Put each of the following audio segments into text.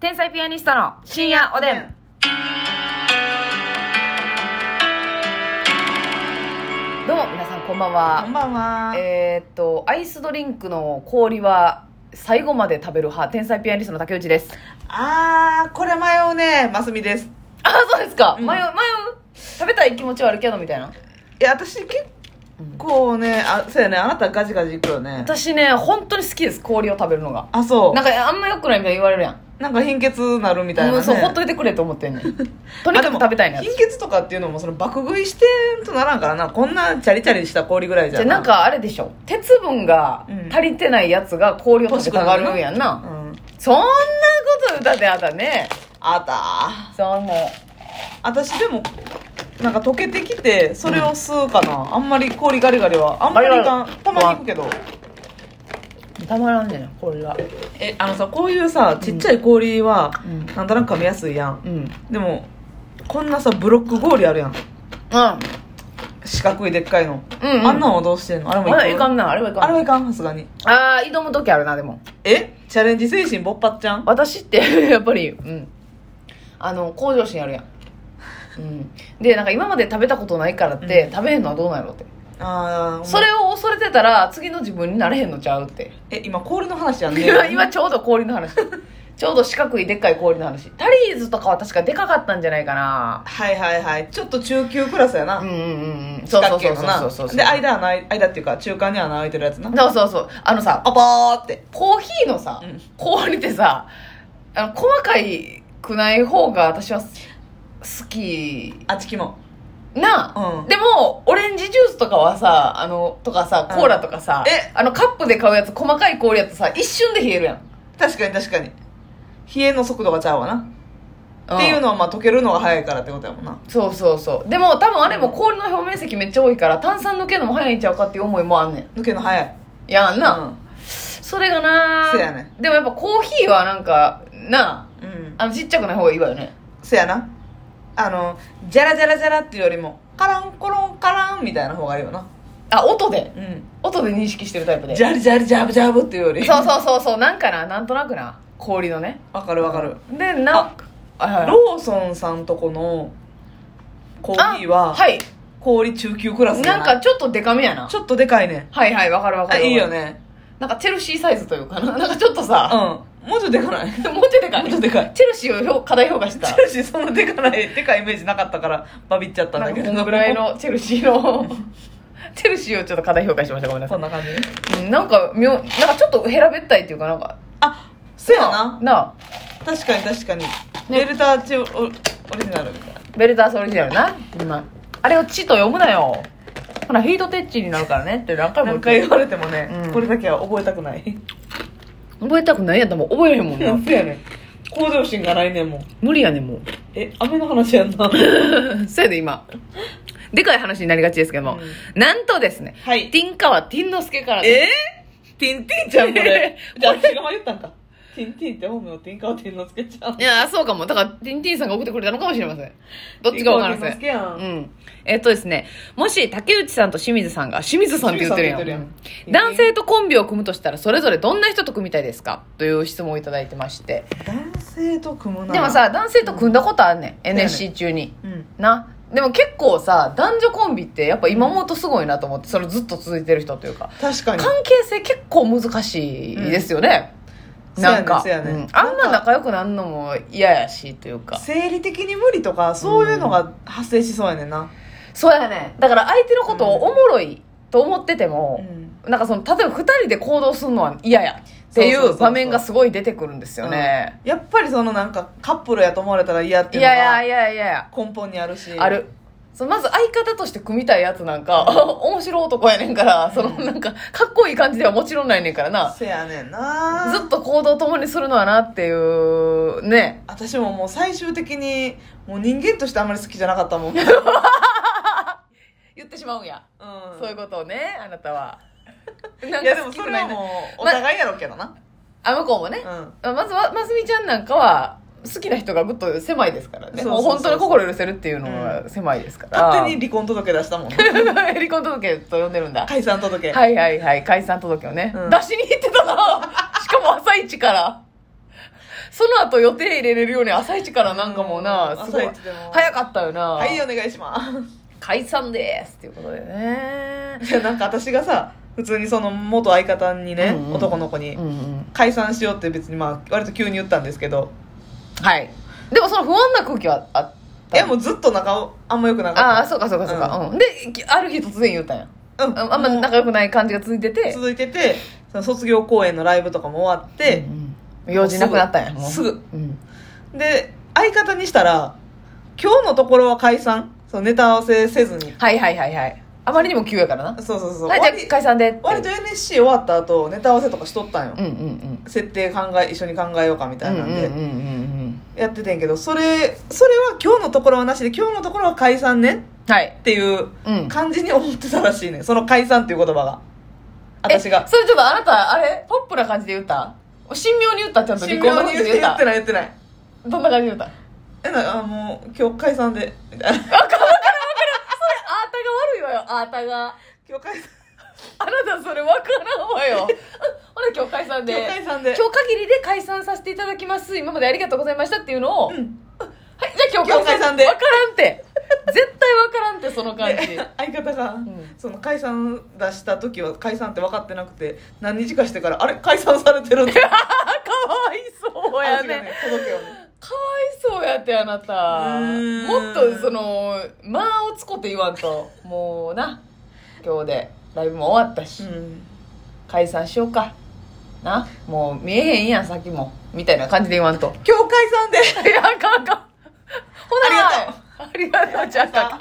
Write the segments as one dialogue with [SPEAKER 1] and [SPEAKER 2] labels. [SPEAKER 1] 天才ピアニストの深夜おでん。どうも皆さんこんばん
[SPEAKER 2] こん
[SPEAKER 1] は。
[SPEAKER 2] ばんは。
[SPEAKER 1] えーっと、アイスドリンクの氷は最後まで食べる派、天才ピアニストの竹内です。
[SPEAKER 2] あー、これ迷うね、ますみです。
[SPEAKER 1] あ、そうですか。
[SPEAKER 2] うん
[SPEAKER 1] 迷う、迷う。食べたい気持ちはあるけどみたいな。
[SPEAKER 2] いや、私結構ね、あ、そうやね、あなたガジガジいくよね。
[SPEAKER 1] 私ね、本当に好きです、氷を食べるのが。
[SPEAKER 2] あ、そう。
[SPEAKER 1] な
[SPEAKER 2] なん
[SPEAKER 1] かあんま良くないみたいに言われるやん。
[SPEAKER 2] んか貧血なるみたいな、
[SPEAKER 1] う
[SPEAKER 2] ね。
[SPEAKER 1] ん、そう、ほっといてくれと思ってんねん。 とにかく食べたいな
[SPEAKER 2] あでも貧血とかっていうのも、その爆食いしてんとならんからな。こんなチャリチャリした氷ぐらいじ
[SPEAKER 1] じゃ
[SPEAKER 2] ゃ
[SPEAKER 1] あなん、かあれでしょ鉄分が足りてないやつが氷を食べたがるやん
[SPEAKER 2] う
[SPEAKER 1] な、
[SPEAKER 2] ん。
[SPEAKER 1] そんなこと歌ってあったね
[SPEAKER 2] あった
[SPEAKER 1] そうも
[SPEAKER 2] ー。私でも、なんか溶けてきて、それを吸うかな。あんまり氷ガリガリは。あんまりいか
[SPEAKER 1] ガリガ
[SPEAKER 2] ん
[SPEAKER 1] リ。
[SPEAKER 2] たまに行くけど。
[SPEAKER 1] うたまらんねん氷が
[SPEAKER 2] え、あのさ、こういうさ、ちっちゃい氷は、
[SPEAKER 1] うん
[SPEAKER 2] なんとなく噛みやすいやん
[SPEAKER 1] うんうん
[SPEAKER 2] でもこんなさブロック氷あるやん四角いでっかいの、
[SPEAKER 1] うんうん
[SPEAKER 2] あんなのはどうしてんのあれも
[SPEAKER 1] あれはいか
[SPEAKER 2] ん
[SPEAKER 1] んなあれはいかん
[SPEAKER 2] あれはいかんさすがに
[SPEAKER 1] あー挑む時あるなでも
[SPEAKER 2] えチャレンジ精神勃発ちゃん
[SPEAKER 1] 私って やっぱりうんあの向上心あるやんうん、でなんか今まで食べたことないからって、
[SPEAKER 2] う
[SPEAKER 1] 食べへんのはどうなんやろうって
[SPEAKER 2] あー
[SPEAKER 1] それを恐れてたら次の自分になれへんのちゃうって
[SPEAKER 2] え今氷の話やんね
[SPEAKER 1] 今今ちょうど氷の 話ちょうど四角いでっかい氷の話タリーズとかは確かでかかったんじゃないかな
[SPEAKER 2] はいはいはいちょっと中級クラスやな、
[SPEAKER 1] うんうんうんうん
[SPEAKER 2] 四
[SPEAKER 1] そうそ
[SPEAKER 2] 角
[SPEAKER 1] うそうそう
[SPEAKER 2] 形のな
[SPEAKER 1] そうそうそう
[SPEAKER 2] で間穴開い間っていうか中間に穴開いてるやつな
[SPEAKER 1] そうそうそうあのさ
[SPEAKER 2] あばーって
[SPEAKER 1] コーヒーのさ、
[SPEAKER 2] うん
[SPEAKER 1] 氷ってさあの細かいくない方が私は好き
[SPEAKER 2] あっちきも
[SPEAKER 1] な、
[SPEAKER 2] うん
[SPEAKER 1] でもオレンジジュースとかはさあのとかさ
[SPEAKER 2] うん
[SPEAKER 1] コーラとかさ、
[SPEAKER 2] え
[SPEAKER 1] あのカップで買うやつ細かい氷やつさ一瞬で冷えるやん、
[SPEAKER 2] 確かに確かに冷えの速度がちゃうわな、
[SPEAKER 1] ん
[SPEAKER 2] っていうのはまあ溶けるのが早いからってことやもんな
[SPEAKER 1] そうそうそうでも多分あれも氷の表面積めっちゃ多いから炭酸抜けるのも早いんちゃうかっていう思いもあんねん
[SPEAKER 2] 抜けの早い
[SPEAKER 1] やんな、
[SPEAKER 2] うん
[SPEAKER 1] それがな
[SPEAKER 2] そうやね
[SPEAKER 1] でもやっぱコーヒーはなんかな
[SPEAKER 2] うん
[SPEAKER 1] あのちっちゃくない方がいいわよね
[SPEAKER 2] せやなあのジャラジャラジャラっていうよりもカランコロンカランみたいな方がいいよな
[SPEAKER 1] あ音で
[SPEAKER 2] うん
[SPEAKER 1] 音で認識してるタイプで
[SPEAKER 2] ジ
[SPEAKER 1] そう
[SPEAKER 2] ャリジャリジャブジャブっていうより
[SPEAKER 1] そうそうそうなんかななんとなくな氷のね
[SPEAKER 2] わかるわかる
[SPEAKER 1] でなんあはいはい
[SPEAKER 2] ローソンさんとこのコーヒー
[SPEAKER 1] あ
[SPEAKER 2] は
[SPEAKER 1] はい
[SPEAKER 2] 氷中級クラスじゃ
[SPEAKER 1] なん
[SPEAKER 2] ない
[SPEAKER 1] かちょっとデカめやな
[SPEAKER 2] ちょっとでかいね
[SPEAKER 1] はいはいわかるわか
[SPEAKER 2] あ
[SPEAKER 1] る
[SPEAKER 2] いいよ
[SPEAKER 1] ね
[SPEAKER 2] ね
[SPEAKER 1] なんかチェルシーサイズというか ななんかちょっと
[SPEAKER 2] うん
[SPEAKER 1] さ、
[SPEAKER 2] もうちょいでかない
[SPEAKER 1] も うちょいでかい
[SPEAKER 2] もうちょいでかい
[SPEAKER 1] チェルシーを評過大評価し
[SPEAKER 2] チ
[SPEAKER 1] た
[SPEAKER 2] ェルシーそんなでかないでかいイメージなかったからバビっちゃったん
[SPEAKER 1] な
[SPEAKER 2] だ
[SPEAKER 1] ん
[SPEAKER 2] け
[SPEAKER 1] か
[SPEAKER 2] ど
[SPEAKER 1] このぐらい のチェルシーのチェルシーをちょっと過大評価しましたごめんなさい
[SPEAKER 2] こんな感じ
[SPEAKER 1] うんなんか妙なんかちょっと平べったいっていうかなんか
[SPEAKER 2] あそうやな
[SPEAKER 1] なあ
[SPEAKER 2] 確かに確かにデルタチオオリジナルみたいな
[SPEAKER 1] ベルタースオリジナルな、うんあれを「チ」と読むなよほらヒートテッチになるからねって何回も言っ
[SPEAKER 2] 何
[SPEAKER 1] て
[SPEAKER 2] 回言われてもね、
[SPEAKER 1] うん
[SPEAKER 2] これだけは覚えたくない
[SPEAKER 1] 覚えたくないやったらもう覚えへんもんな
[SPEAKER 2] そうやねん 向上心がないねんもう
[SPEAKER 1] 無理やねん もう
[SPEAKER 2] え雨の話やん な
[SPEAKER 1] そうやで今でかい話になりがちですけども、
[SPEAKER 2] う
[SPEAKER 1] なんとですね、
[SPEAKER 2] はい
[SPEAKER 1] ティンカはティンの助から
[SPEAKER 2] えー、ティンティンちゃんこ れ
[SPEAKER 1] これ
[SPEAKER 2] じゃあ私が前言ったんかティンティンって本名ティンカオティンのつけちゃん
[SPEAKER 1] いやそうかもだからティンティンさんが送ってくれたのかもしれませんどっちかわから
[SPEAKER 2] ティンカオティンの
[SPEAKER 1] せ
[SPEAKER 2] つけや
[SPEAKER 1] う
[SPEAKER 2] ん、
[SPEAKER 1] ん。えっとですね、もし竹内さんと清水さんが、清水さんって言ってるやん。
[SPEAKER 2] 清水さんって言ってるやん
[SPEAKER 1] うん男性とコンビを組むとしたら、それぞれどんな人と組みたいですかという質問をいただいてまして。
[SPEAKER 2] 男性と組むな
[SPEAKER 1] でもさ、男性と組んだことあんねん。
[SPEAKER 2] ん
[SPEAKER 1] NSC 中に。
[SPEAKER 2] うん
[SPEAKER 1] な。でも結構さ、男女コンビってやっぱ今思うとすごいなと思って、それずっと続いてる人というか。
[SPEAKER 2] 確かに
[SPEAKER 1] 関係性結構難しいですよね。
[SPEAKER 2] うん
[SPEAKER 1] なんか、
[SPEAKER 2] そうやねそうやね
[SPEAKER 1] うんあんま仲良くなんのも嫌やしというか。
[SPEAKER 2] 生理的に無理とかそういうのが発生しそうやねんな、
[SPEAKER 1] そうやね。だから相手のことをおもろいと思ってても、
[SPEAKER 2] うん
[SPEAKER 1] なんかその例えば2人で行動するのは嫌やってい
[SPEAKER 2] そうそうそう
[SPEAKER 1] う
[SPEAKER 2] そう
[SPEAKER 1] 場面がすごい出てくるんですよね、
[SPEAKER 2] やっぱりそのなんかカップルやと思われたら嫌ってい
[SPEAKER 1] いう
[SPEAKER 2] の
[SPEAKER 1] やいや
[SPEAKER 2] が
[SPEAKER 1] いやいや
[SPEAKER 2] 根本にあるし
[SPEAKER 1] あるそのまず相方として組みたいやつなんか 面白い男やねんからその
[SPEAKER 2] うん
[SPEAKER 1] なんかかっこいい感じではもちろんないねんからな
[SPEAKER 2] せやねんな
[SPEAKER 1] ずっと行動を共にするのはなっていうね
[SPEAKER 2] 私ももう最終的にもう人間としてあんまり好きじゃなかっ たもん、うん、
[SPEAKER 1] 言ってしまうんや、そういう
[SPEAKER 2] い
[SPEAKER 1] ことをねあなた はなんか
[SPEAKER 2] やで
[SPEAKER 1] 好
[SPEAKER 2] も
[SPEAKER 1] き
[SPEAKER 2] そ
[SPEAKER 1] く
[SPEAKER 2] れ
[SPEAKER 1] ない
[SPEAKER 2] は
[SPEAKER 1] な
[SPEAKER 2] もうお互いやろうけどな、
[SPEAKER 1] あ向こうもね、
[SPEAKER 2] うん
[SPEAKER 1] まずはますみちゃんなんかは好きな人がぐっと狭いですからね
[SPEAKER 2] そう
[SPEAKER 1] も
[SPEAKER 2] そううそう
[SPEAKER 1] 本当に心許せるっていうのは狭いですから、
[SPEAKER 2] 勝手に離婚届出したもん
[SPEAKER 1] 離婚届と呼んでるんだ
[SPEAKER 2] 解散届、
[SPEAKER 1] はいはいはい解散届をね、
[SPEAKER 2] うん
[SPEAKER 1] 出しに行ってたなしかも朝一からその後予定入れれるように朝一からなんかもうな、すごい
[SPEAKER 2] 朝一でも
[SPEAKER 1] 早かったよな。
[SPEAKER 2] はいお願いします
[SPEAKER 1] 解散ですっていうことでね。
[SPEAKER 2] いやなんか私がさ普通にその元相方にね、
[SPEAKER 1] うんうん
[SPEAKER 2] 男の子に、
[SPEAKER 1] うんうん。
[SPEAKER 2] 解散しようって別にまあ割と急に言ったんですけど
[SPEAKER 1] はい。でもその不安な空気はあった。
[SPEAKER 2] いやもうずっと仲あんま良くなかった
[SPEAKER 1] ああ、そうかそうかそうか。うん。で、きある日突然言ったんや。
[SPEAKER 2] うん、
[SPEAKER 1] うんあんま
[SPEAKER 2] もう
[SPEAKER 1] 仲良くない感じが続いてて。
[SPEAKER 2] 続いててその卒業公演のライブとかも終わって
[SPEAKER 1] う、んうん用事なくなったんや。もう
[SPEAKER 2] すぐ。
[SPEAKER 1] うん。
[SPEAKER 2] で相方にしたら今日のところは解散そのネタ合わせせずに
[SPEAKER 1] はいはいはいはい。あまりにも急やからな。
[SPEAKER 2] そうそうそう、
[SPEAKER 1] はい、じゃあ解散でって。
[SPEAKER 2] 割と NSC 終わった後ネタ合わせとかしとったんよ、
[SPEAKER 1] うんうんうん。
[SPEAKER 2] 設定考え一緒に考えようかみたいなんで、
[SPEAKER 1] うんうんうんうん
[SPEAKER 2] やっててんけどそれそれは今日のところはなしで今日のところは解散ね
[SPEAKER 1] うん。はい。
[SPEAKER 2] っていう
[SPEAKER 1] うん。
[SPEAKER 2] 感じに思ってたらしいねんその解散っていう言葉が私
[SPEAKER 1] え
[SPEAKER 2] が
[SPEAKER 1] それちょっとあなた、あれポップな感じで言った神妙に言ったちゃんと離
[SPEAKER 2] 神
[SPEAKER 1] 婚のこ
[SPEAKER 2] 妙に
[SPEAKER 1] と
[SPEAKER 2] 言っ
[SPEAKER 1] で言
[SPEAKER 2] て
[SPEAKER 1] っ
[SPEAKER 2] 言
[SPEAKER 1] た
[SPEAKER 2] ってない言ってない
[SPEAKER 1] どんな感じで言ったあな
[SPEAKER 2] えなあもう今日解散 でみたいな
[SPEAKER 1] たが悪いわよ、あなたが。
[SPEAKER 2] 今日解散
[SPEAKER 1] あなたそれ分からんわよ。 ほら、今日解散で。
[SPEAKER 2] 今日解散で
[SPEAKER 1] 今日限りで解散させていただきます。今までありがとうございましたっていうのを。
[SPEAKER 2] う
[SPEAKER 1] はい、じ
[SPEAKER 2] ん
[SPEAKER 1] ゃあ今日
[SPEAKER 2] 今日解散で
[SPEAKER 1] 分からんって。絶対分からんって、その感 じ。
[SPEAKER 2] で 相方が、
[SPEAKER 1] ん
[SPEAKER 2] その解散出した時は解散って分かってなくて何日かしてからあれ解散され てるって
[SPEAKER 1] あ、かわいそうや
[SPEAKER 2] 話が
[SPEAKER 1] ね。
[SPEAKER 2] ね届けよね
[SPEAKER 1] かわいそうやって、あなた。
[SPEAKER 2] ーん
[SPEAKER 1] もっと、その、間をつこって言わんと。もうな、今日でライブも終わったし、
[SPEAKER 2] うん
[SPEAKER 1] 解散しようか。な、もう見えへんやん、先も。みたいな感じで言わんと。
[SPEAKER 2] 今日解散で
[SPEAKER 1] いや、あかんあかん。ほなありがとう。ありがとう、ちゃん
[SPEAKER 2] あり
[SPEAKER 1] か
[SPEAKER 2] がと。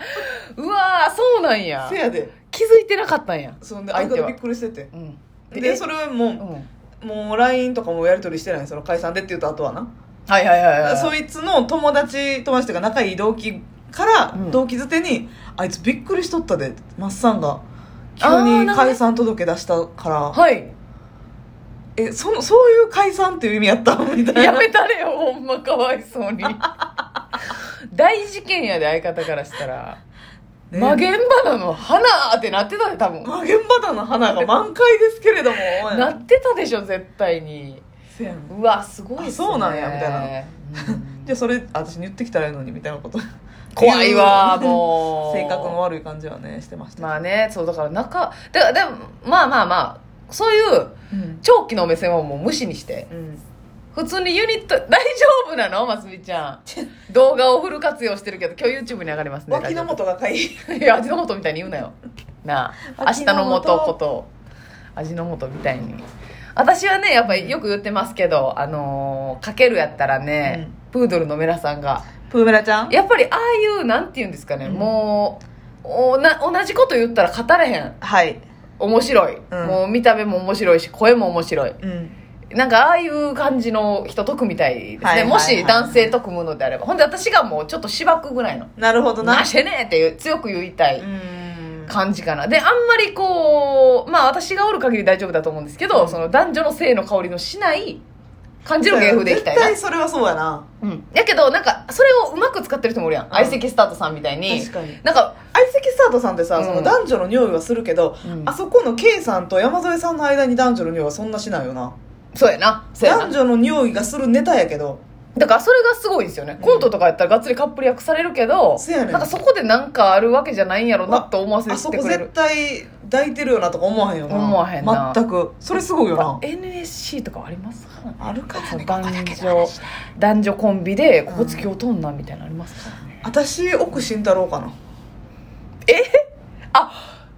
[SPEAKER 1] うわーそうなんや
[SPEAKER 2] せ。やで
[SPEAKER 1] 気づいてなかったんや。
[SPEAKER 2] そんで
[SPEAKER 1] 相
[SPEAKER 2] 相
[SPEAKER 1] 手
[SPEAKER 2] 方
[SPEAKER 1] は
[SPEAKER 2] びっくりしてて
[SPEAKER 1] うん。
[SPEAKER 2] でそ
[SPEAKER 1] れ、
[SPEAKER 2] れは
[SPEAKER 1] えう
[SPEAKER 2] も
[SPEAKER 1] ん。
[SPEAKER 2] うもう LINE とかもやり取りしてないその解散でって言った後はな
[SPEAKER 1] はいはいはいはい。
[SPEAKER 2] そいつの友達友達というか仲いい同期から
[SPEAKER 1] うん
[SPEAKER 2] 同期づてに、あいつびっくりしとったでマッサンが急
[SPEAKER 1] あーなるほ
[SPEAKER 2] に
[SPEAKER 1] ど
[SPEAKER 2] 解散届出したから
[SPEAKER 1] はい。
[SPEAKER 2] えそのそういう解散っていう意味やったみた いな
[SPEAKER 1] やめたれよ、ほんまかわいそうに。大事件やで、相方からしたら。
[SPEAKER 2] ね
[SPEAKER 1] マゲンバナの花ってなってたで、多分。
[SPEAKER 2] マゲンバタの花が満開ですけれども
[SPEAKER 1] なってたでしょ、絶対に。
[SPEAKER 2] せやん
[SPEAKER 1] うわ、すごいっすね。
[SPEAKER 2] あそうなんやみたい
[SPEAKER 1] な。
[SPEAKER 2] じゃあそれ私に言ってきたらいいのにみたいなこと
[SPEAKER 1] 怖いわ、
[SPEAKER 2] 言
[SPEAKER 1] もう。
[SPEAKER 2] 性格の悪い感じはねしてました、
[SPEAKER 1] まあね、そう、だから仲、だから、でも、まあまあまあ、そういう
[SPEAKER 2] うん
[SPEAKER 1] 長期の目線はもう無視にして。
[SPEAKER 2] うん
[SPEAKER 1] 普通にユニット、大丈夫なのますみちゃ ん。動画をフル活用してるけど、今日 YouTube に上がりますね。
[SPEAKER 2] 脇の元がかいい
[SPEAKER 1] 大丈夫 いや、味の素みたいに言うなよ。な あ、明
[SPEAKER 2] 味
[SPEAKER 1] 日
[SPEAKER 2] の素
[SPEAKER 1] の素こと、味の素みたいに。私はね、やっぱりよく言ってますけど、あのーかけるやったらね、プードルのメラさんが、
[SPEAKER 2] プーメラちゃん
[SPEAKER 1] やっぱりああいう、なんて言うんですかね、
[SPEAKER 2] うん
[SPEAKER 1] もう、おな同じこと言ったら語れへん。
[SPEAKER 2] はい
[SPEAKER 1] 面白い、
[SPEAKER 2] うん
[SPEAKER 1] もう見た目も面白いし声も面白い
[SPEAKER 2] うん
[SPEAKER 1] なんかああいう感じの人と組みたいですね、
[SPEAKER 2] はいはいはい
[SPEAKER 1] もし男性と組むのであればほんで私がもうちょっとしばくぐらいの
[SPEAKER 2] なるほ
[SPEAKER 1] 「
[SPEAKER 2] どな
[SPEAKER 1] なしてね」っていう強く言いたい
[SPEAKER 2] うん
[SPEAKER 1] 感じかなであんまりこうまあ私がおる限り大丈夫だと思うんですけど、
[SPEAKER 2] うん
[SPEAKER 1] その男女の性の香りのしない感じの芸風でいきたい
[SPEAKER 2] 絶
[SPEAKER 1] な
[SPEAKER 2] 対それはそうやな
[SPEAKER 1] うんやけどなんかそれをうまく使ってる人もいるやん相席、スタートさんみたいに
[SPEAKER 2] 確かに
[SPEAKER 1] なんか、
[SPEAKER 2] 相席スタートさんってさ、
[SPEAKER 1] うん
[SPEAKER 2] その男女の匂いはするけど、
[SPEAKER 1] うん
[SPEAKER 2] あそこの K さんと山添さんの間に男女の匂いはそんなしないよな
[SPEAKER 1] そうやなそうやな
[SPEAKER 2] 男女の匂いがするネタやけど
[SPEAKER 1] だからそれがすごいんですよね、
[SPEAKER 2] ん
[SPEAKER 1] コントとかやったらがっつりカップル役されるけど
[SPEAKER 2] せやねん
[SPEAKER 1] なんかそこでなんかあるわけじゃないんやろなと思わせ
[SPEAKER 2] あそ
[SPEAKER 1] て
[SPEAKER 2] こ
[SPEAKER 1] くれ
[SPEAKER 2] 絶
[SPEAKER 1] る
[SPEAKER 2] 対抱いてるよなとか思わへんよな
[SPEAKER 1] 思わへんな
[SPEAKER 2] 全くそれすごいよな
[SPEAKER 1] NSC とかありますか、ね、
[SPEAKER 2] あるから
[SPEAKER 1] その
[SPEAKER 2] ね
[SPEAKER 1] 男
[SPEAKER 2] ここだけの
[SPEAKER 1] 女
[SPEAKER 2] 話
[SPEAKER 1] 男女コンビでここ突き落とんなみたいなのありますからね、
[SPEAKER 2] 私奥慎太郎かな
[SPEAKER 1] あ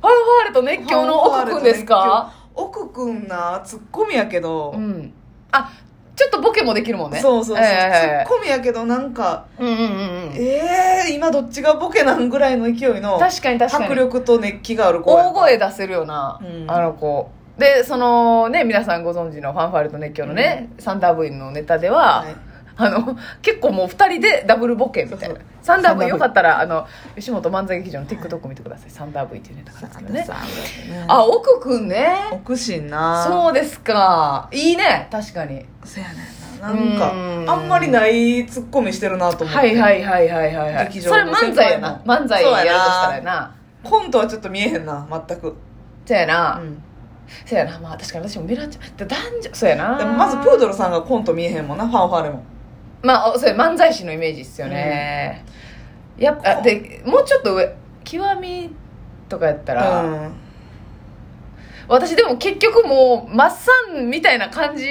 [SPEAKER 1] ファンファーレと熱狂の奥くんですか
[SPEAKER 2] 奥くんなツッコミやけど、
[SPEAKER 1] うんあちょっとボケもできるもんね
[SPEAKER 2] そうそうそう、
[SPEAKER 1] え
[SPEAKER 2] ツッコミやけどなんか
[SPEAKER 1] えうんうんうんうん
[SPEAKER 2] ええー、今どっちがボケなんぐらいの勢いの
[SPEAKER 1] 確かに確かに
[SPEAKER 2] 迫力と熱気がある子や
[SPEAKER 1] 大声出せるよな、
[SPEAKER 2] うん
[SPEAKER 1] あの子でそのね皆さんご存知のファンファーレと熱狂のね、サンダーブインのネタでは、
[SPEAKER 2] はい
[SPEAKER 1] あの結構もう2人でダブルボケみたい
[SPEAKER 2] そう
[SPEAKER 1] な
[SPEAKER 2] そう
[SPEAKER 1] サンダーブインよかったらあの吉本漫才劇場の TikTok 見てください、サンダーブインっていうネタがあるんですけどねあ
[SPEAKER 2] あ
[SPEAKER 1] 奥くんね
[SPEAKER 2] 奥慎な
[SPEAKER 1] そうですかいいね確かに
[SPEAKER 2] せやねんななんか
[SPEAKER 1] うん
[SPEAKER 2] あんまりないツッコミしてるなと思って、
[SPEAKER 1] はいはいはいはいはいはい
[SPEAKER 2] 劇
[SPEAKER 1] そ
[SPEAKER 2] 場
[SPEAKER 1] れ
[SPEAKER 2] の
[SPEAKER 1] 漫才やな
[SPEAKER 2] 先輩も
[SPEAKER 1] 漫才やるとしたらやな
[SPEAKER 2] コントはちょっと見えへんな全く、
[SPEAKER 1] そうやな、
[SPEAKER 2] うん
[SPEAKER 1] そうやなまあ確かに私もメランちゃんで男女そうやな
[SPEAKER 2] でもまずプードルさんがコント見えへんもんなファンファーレも
[SPEAKER 1] まあそうや漫才師のイメージっすよね、やっぱでもうちょっと上極みとかやったら、
[SPEAKER 2] うん
[SPEAKER 1] 私でも結局もうマッサンみたいな感じ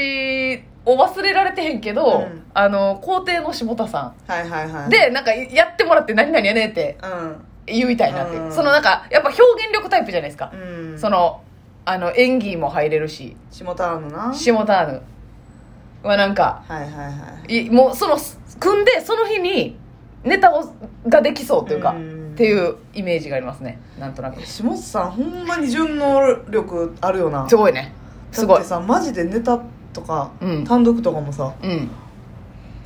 [SPEAKER 1] を忘れられてへんけど、
[SPEAKER 2] うん
[SPEAKER 1] あの皇帝の下田さ
[SPEAKER 2] はいはいは
[SPEAKER 1] ん
[SPEAKER 2] い
[SPEAKER 1] でなんかやってもらって何々やねんって言うみたいになって、
[SPEAKER 2] うん
[SPEAKER 1] そのなんかやっぱ表現力タイプじゃないですか
[SPEAKER 2] う、ん、うん、
[SPEAKER 1] そのあの演技も入れるし
[SPEAKER 2] 下田のなはい
[SPEAKER 1] 下田ヌはなんか
[SPEAKER 2] はいはい
[SPEAKER 1] いもうその組んでその日にネタをができそうというか、
[SPEAKER 2] ん
[SPEAKER 1] っていうイメージがありますねなんとなく
[SPEAKER 2] 下津さんほんまに順応力あるよな
[SPEAKER 1] すごいねすご
[SPEAKER 2] だ
[SPEAKER 1] い
[SPEAKER 2] ってさマジでネタとか、
[SPEAKER 1] うん
[SPEAKER 2] 単独とかもさ
[SPEAKER 1] うん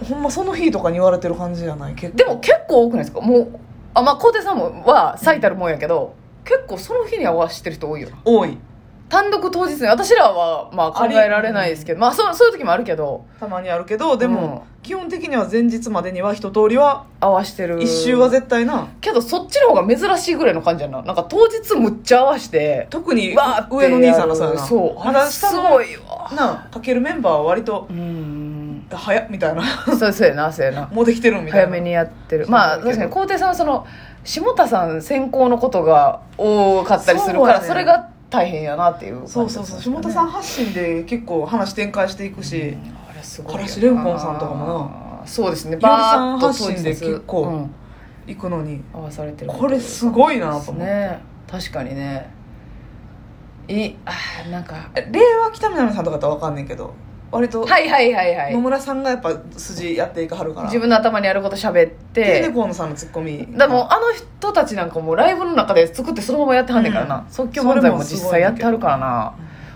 [SPEAKER 2] ほんまその日とかに言われてる感じじゃない結構
[SPEAKER 1] でも結構多くないですかもうあまあ小手さんもは最たるもんやけど、結構その日に合わせてる人多いよな
[SPEAKER 2] 多い
[SPEAKER 1] 単独当日に私らはまあ考
[SPEAKER 2] あり
[SPEAKER 1] えられないですけどまあそうそういう時もあるけど
[SPEAKER 2] たまにあるけどでも、
[SPEAKER 1] う
[SPEAKER 2] 基本的には前日までには一通りは
[SPEAKER 1] 合わしてる
[SPEAKER 2] 一周は絶対な
[SPEAKER 1] けどそっちの方が珍しいぐらいの感じやななんか当日むっちゃ合わして
[SPEAKER 2] 特に
[SPEAKER 1] わーって
[SPEAKER 2] 上の兄さんがそうや
[SPEAKER 1] やる
[SPEAKER 2] な
[SPEAKER 1] そうあ
[SPEAKER 2] まだ
[SPEAKER 1] れす
[SPEAKER 2] 下の
[SPEAKER 1] ごいわ
[SPEAKER 2] なかけるメンバーは割と
[SPEAKER 1] うん
[SPEAKER 2] 早っみたいな
[SPEAKER 1] そうそうやなそうや な
[SPEAKER 2] もうできてるみた
[SPEAKER 1] 早
[SPEAKER 2] いな
[SPEAKER 1] めにやってるまあ
[SPEAKER 2] そうだ
[SPEAKER 1] 確
[SPEAKER 2] けど
[SPEAKER 1] かに皇帝さんはその下田さん選考のことが多かったりするからそ,、
[SPEAKER 2] そうやね
[SPEAKER 1] れが大変やなっていう感じ
[SPEAKER 2] そうそうそう下田さん発信で結構話展開していくし、
[SPEAKER 1] あれすごいよな
[SPEAKER 2] からしれんこんさんとかも
[SPEAKER 1] なそうですね
[SPEAKER 2] ヒロミさん
[SPEAKER 1] バーッと
[SPEAKER 2] 発信で結構
[SPEAKER 1] うん
[SPEAKER 2] 行くのに
[SPEAKER 1] 合わされてる
[SPEAKER 2] これすごいな
[SPEAKER 1] で
[SPEAKER 2] と
[SPEAKER 1] す
[SPEAKER 2] 思って、
[SPEAKER 1] ね確かにねいあーなんか
[SPEAKER 2] 令和北南さんとかだったら分かんねんけど割と
[SPEAKER 1] はいはいはいはい
[SPEAKER 2] 野村さんがやっぱ筋やっていかはるから
[SPEAKER 1] 自分の頭にあること喋っ
[SPEAKER 2] でで
[SPEAKER 1] て
[SPEAKER 2] 河野さんのツッコミ
[SPEAKER 1] でもあの人たちなんかもうライブの中で作ってそのままやってはんねんからな、
[SPEAKER 2] うん
[SPEAKER 1] 即興漫才も実際やってはるからな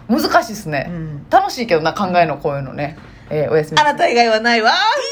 [SPEAKER 1] 難しいっすね、
[SPEAKER 2] うん
[SPEAKER 1] 楽しいけどな考えのこういうのね、えーおやすみなさい
[SPEAKER 2] なた以外はないわいや